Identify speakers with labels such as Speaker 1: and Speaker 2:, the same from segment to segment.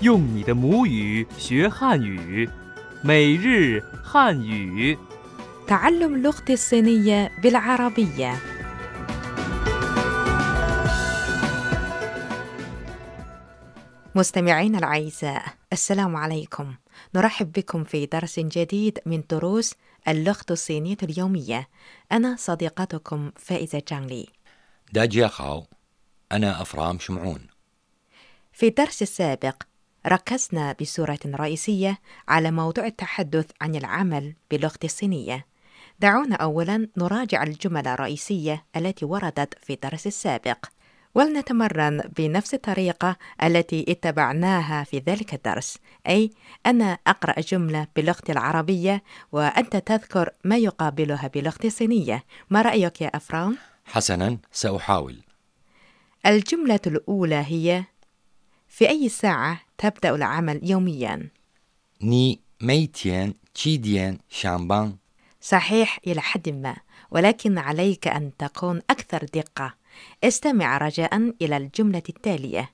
Speaker 1: 用你的母语学汉语，每日汉语。
Speaker 2: تعلم لغتي الصينية بالعربية مستمعينا الأعزاء السلام عليكم نرحب بكم في درس جديد من دروس اللغة الصينية اليومية أنا صديقتكم فائزة جانلي
Speaker 3: داجيا خاو أنا أفرام شمعون
Speaker 2: في الدرس السابق ركزنا بصورة رئيسية على موضوع التحدث عن العمل باللغة الصينية. دعونا أولاً نراجع الجمل الرئيسية التي وردت في الدرس السابق، ولنتمرن بنفس الطريقة التي اتبعناها في ذلك الدرس، أي أنا أقرأ جملة باللغة العربية وأنت تذكر ما يقابلها باللغة الصينية. ما رأيك يا أفرام؟
Speaker 3: حسنا سأحاول
Speaker 2: الجملة الأولى هي: في أي ساعة تبدأ العمل يومياً؟
Speaker 3: 你每天几点上班？
Speaker 2: صحيح إلى حد ما، ولكن عليك أن تكون أكثر دقة. استمع رجاء إلى الجملة التالية: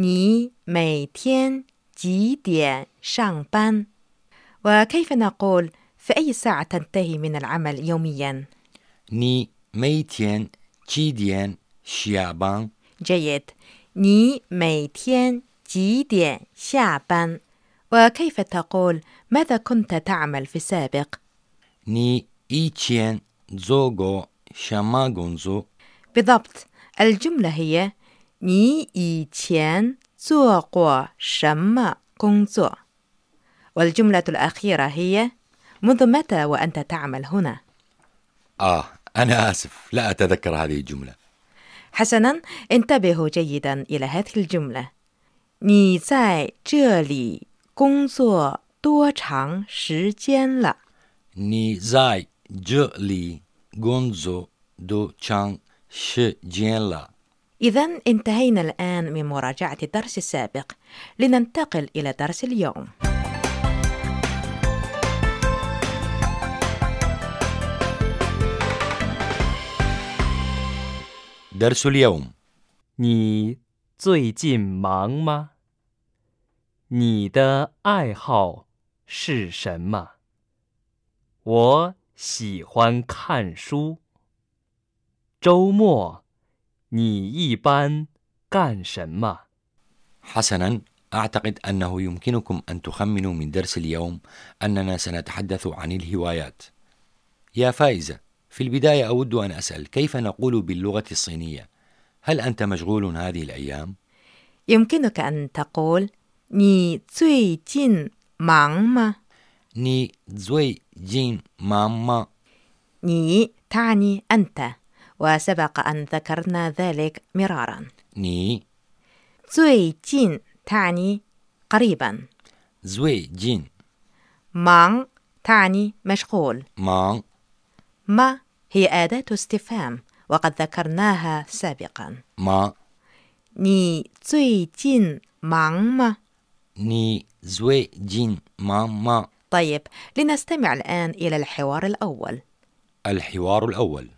Speaker 2: 你每天几点上班？وكيف نقول في أي ساعة تنتهي من العمل يوميا؟
Speaker 3: 你每天几点下班？
Speaker 2: جيد. 你每天几点下班？وكيف تقول ماذا كنت تعمل في السابق؟
Speaker 3: 你以前做过什么工作？
Speaker 2: بالضبط الجملة هي 你以前做过什么工作 والجملة الأخيرة هي منذ متى وأنت تعمل هنا؟
Speaker 3: آه أنا آسف لا أتذكر هذه الجملة
Speaker 2: حسنا انتبهوا جيدا إلى هذه الجملة 你在这里工作多长时间了？
Speaker 3: 你在这里工作多长时间了？
Speaker 2: إذا انتهينا الآن من مراجعة الدرس السابق لننتقل إلى درس اليوم
Speaker 3: درس اليوم
Speaker 1: 你最近忙吗？你的爱好是什么？我喜欢看书。周末你一般干什么？
Speaker 3: حسنا أعتقد أنه يمكنكم أن تخمنوا من درس اليوم أننا سنتحدث عن الهوايات. يا فائزة، في البداية أود أن أسأل كيف نقول باللغة الصينية؟ هل أنت مشغول هذه الأيام؟
Speaker 2: يمكنك أن تقول 你最近忙吗？
Speaker 3: ني زوي جين ماما
Speaker 2: 你 تعني أنت وسبق أن ذكرنا ذلك مرارا
Speaker 3: ني
Speaker 2: 最近 تعني قريبا
Speaker 3: زوي جين
Speaker 2: 忙 تعني مشغول
Speaker 3: مان
Speaker 2: ما هي أداة استفهام وقد ذكرناها سابقا
Speaker 3: ما
Speaker 2: 你最近忙吗？
Speaker 3: ني زوي جين ماما
Speaker 2: طيب لنستمع الآن إلى الحوار الأول
Speaker 3: الحوار الأول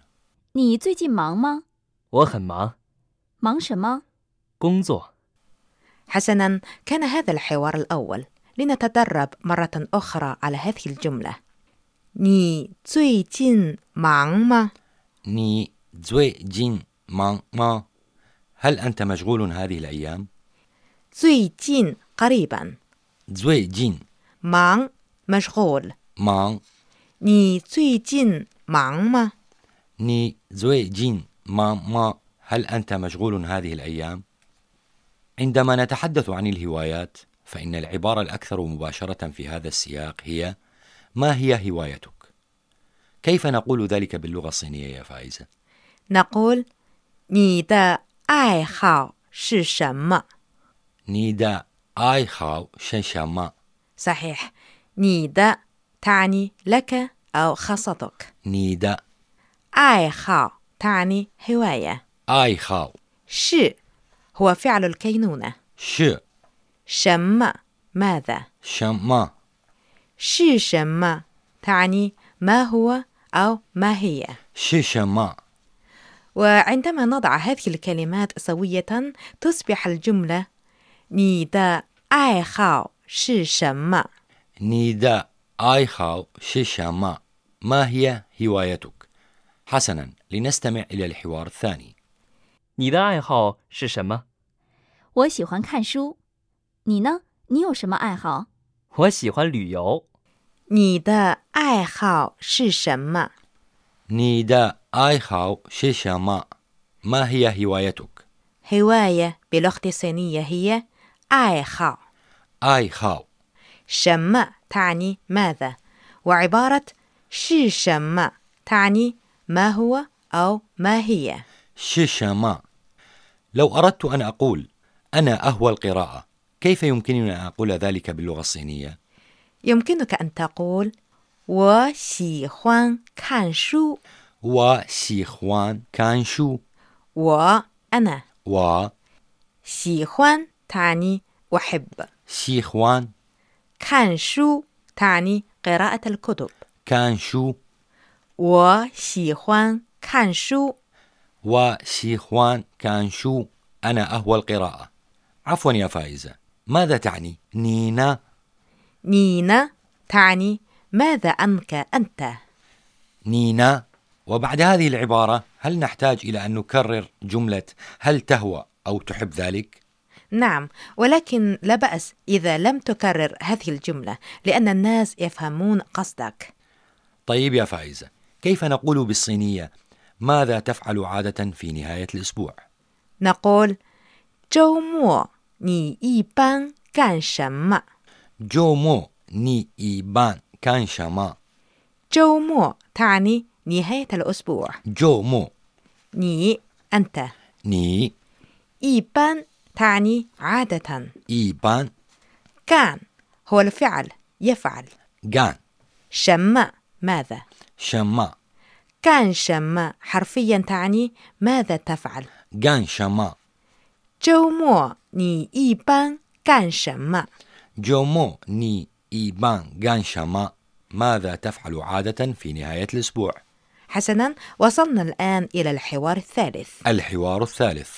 Speaker 4: 你最近忙吗？
Speaker 1: 我很忙，
Speaker 4: 忙什么？
Speaker 1: 工作。
Speaker 2: حسنا كان هذا الحوار الأول لنتدرب مرة أخرى على هذه الجملة 你最近忙吗？
Speaker 3: ني زوي جين ماما هل أنت مشغول هذه الأيام؟
Speaker 2: 最近 قريبا
Speaker 3: زوي جين
Speaker 2: 忙 مشغول
Speaker 3: مان
Speaker 2: 你最近忙吗？
Speaker 3: ني زوي جين ماما هل أنت مشغول هذه الأيام؟ عندما نتحدث عن الهوايات فإن العبارة الأكثر مباشرة في هذا السياق هي ما هي هوايتك؟ كيف نقول ذلك باللغة الصينية يا فائزة؟
Speaker 2: نقول 你的爱好是什么？
Speaker 3: نيدا آي خاو شنشما
Speaker 2: صحيح 你的 تعني لك أو خاصتك
Speaker 3: نيدا
Speaker 2: 爱好 تعني هواية
Speaker 3: آي خاو
Speaker 2: 是 هو فعل الكينونة
Speaker 3: ش
Speaker 2: 什么 ماذا
Speaker 3: شما
Speaker 2: 是什么 تعني ما هو أو ما هي
Speaker 3: ش شما
Speaker 2: وعندما نضع هذه الكلمات سوية تصبح الجملة 你的爱好是什么？
Speaker 3: نداء آيخاو شيشا ما ما هي هوايتك؟ حسنا لنستمع إلى الحوار الثاني
Speaker 1: 你的爱好是什么？
Speaker 4: 我喜欢看书。你呢？你有什么爱好？
Speaker 1: 我喜欢旅游。
Speaker 2: 你的爱好是什么？
Speaker 3: نداء آيخاو شيشا ما ما هي هوايتك؟
Speaker 2: هواية باللغة الصينية هي 爱好
Speaker 3: آيخاو
Speaker 2: 什么 تعني ماذا وعبارة 是什么 تعني ما هو أو ما هي
Speaker 3: شيشا ما لو أردت أن أقول أنا أهوى القراءة كيف يمكنني أن أقول ذلك باللغة الصينية؟
Speaker 2: يمكنك أن تقول 我喜欢看书
Speaker 3: وشيخوان كان شو
Speaker 2: 我 أنا
Speaker 3: و
Speaker 2: 喜欢 تعني أحب
Speaker 3: شيخوان
Speaker 2: 看书 تعني قراءة الكتب
Speaker 3: كان شو
Speaker 2: 我喜欢看书
Speaker 3: وشيخوان كان شو أنا أهوى القراءة عفوا يا فائزة ماذا تعني نينا
Speaker 2: 你呢 تعني ماذا عنك أنت
Speaker 3: نينا وبعد هذه العبارة هل نحتاج إلى أن نكرر جملة هل تهوى أو تحب ذلك؟
Speaker 2: نعم ولكن لا بأس إذا لم تكرر هذه الجملة لأن الناس يفهمون قصدك
Speaker 3: طيب يا فائزة كيف نقول بالصينية ماذا تفعل عادة في نهاية الأسبوع؟
Speaker 2: نقول 周末你一般干什么
Speaker 3: جومو ني إيبان كان شما
Speaker 2: 周末 تعني نهاية الأسبوع
Speaker 3: جومو
Speaker 2: 你 أنت
Speaker 3: ني
Speaker 2: 一般 تعني عادة
Speaker 3: إيبان
Speaker 2: كان هو الفعل يفعل
Speaker 3: غان
Speaker 2: شم ماذا
Speaker 3: شما
Speaker 2: كان شم حرفيا تعني ماذا تفعل
Speaker 3: غان شما
Speaker 2: 周末你一般干什么
Speaker 3: جومو ني إيبان غان شما ماذا تفعل عادة في نهاية الأسبوع؟
Speaker 2: حسنا وصلنا الآن إلى الحوار الثالث
Speaker 3: الحوار الثالث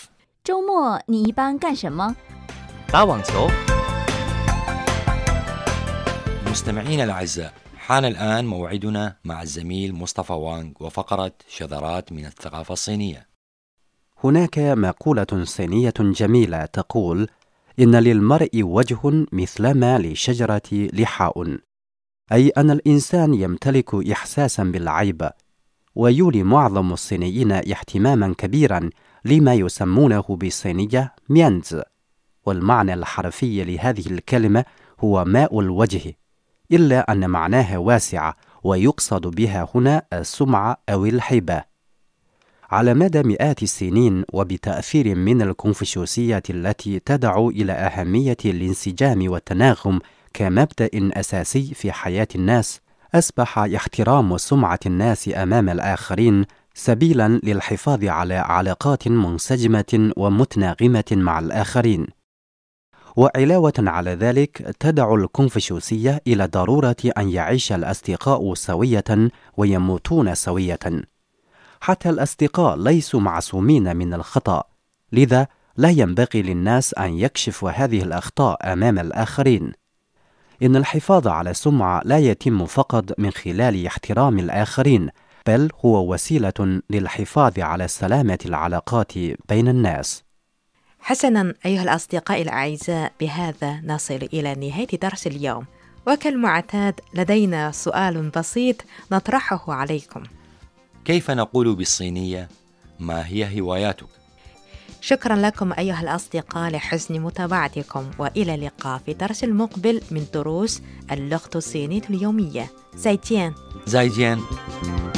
Speaker 4: 周末你一般干什么？
Speaker 1: 打网球，
Speaker 3: مستمعينا الأعزاء حان الآن موعدنا مع الزميل مصطفى وانغ وفقرة شذرات من الثقافة الصينية
Speaker 5: هناك مقولة صينية جميلة تقول: إن للمرء وجه مثلما للشجرة لحاء، أي أن الإنسان يمتلك إحساسا بالعيب، ويولي معظم الصينيين اهتماما كبيرا لما يسمونه بالصينية ميانز، والمعنى الحرفي لهذه الكلمة هو ماء الوجه، إلا أن معناها واسع، ويقصد بها هنا السمعة أو الهيبة. على مدى مئات السنين وبتأثير من الكونفوشيوسية التي تدعو إلى أهمية الانسجام والتناغم كمبدأ أساسي في حياة الناس، أصبح احترام سمعة الناس أمام الآخرين سبيلا للحفاظ على علاقات منسجمة ومتناغمة مع الآخرين. وعلاوة على ذلك تدعو الكونفوشيوسية إلى ضرورة أن يعيش الأصدقاء سوية ويموتون سوية. حتى الأصدقاء ليسوا معصومين من الخطأ، لذا لا ينبغي للناس أن يكشفوا هذه الأخطاء أمام الآخرين. إن الحفاظ على السمعة لا يتم فقط من خلال احترام الآخرين، بل هو وسيلة للحفاظ على سلامة العلاقات بين الناس.
Speaker 2: حسنا أيها الأصدقاء الأعزاء بهذا نصل إلى نهاية درس اليوم وكالمعتاد لدينا سؤال بسيط نطرحه عليكم
Speaker 3: كيف نقول بالصينية ما هي هواياتك؟
Speaker 2: شكرا لكم أيها الأصدقاء لحسن متابعتكم وإلى اللقاء في درس المقبل من دروس اللغة الصينية اليومية زيتين
Speaker 3: زايجين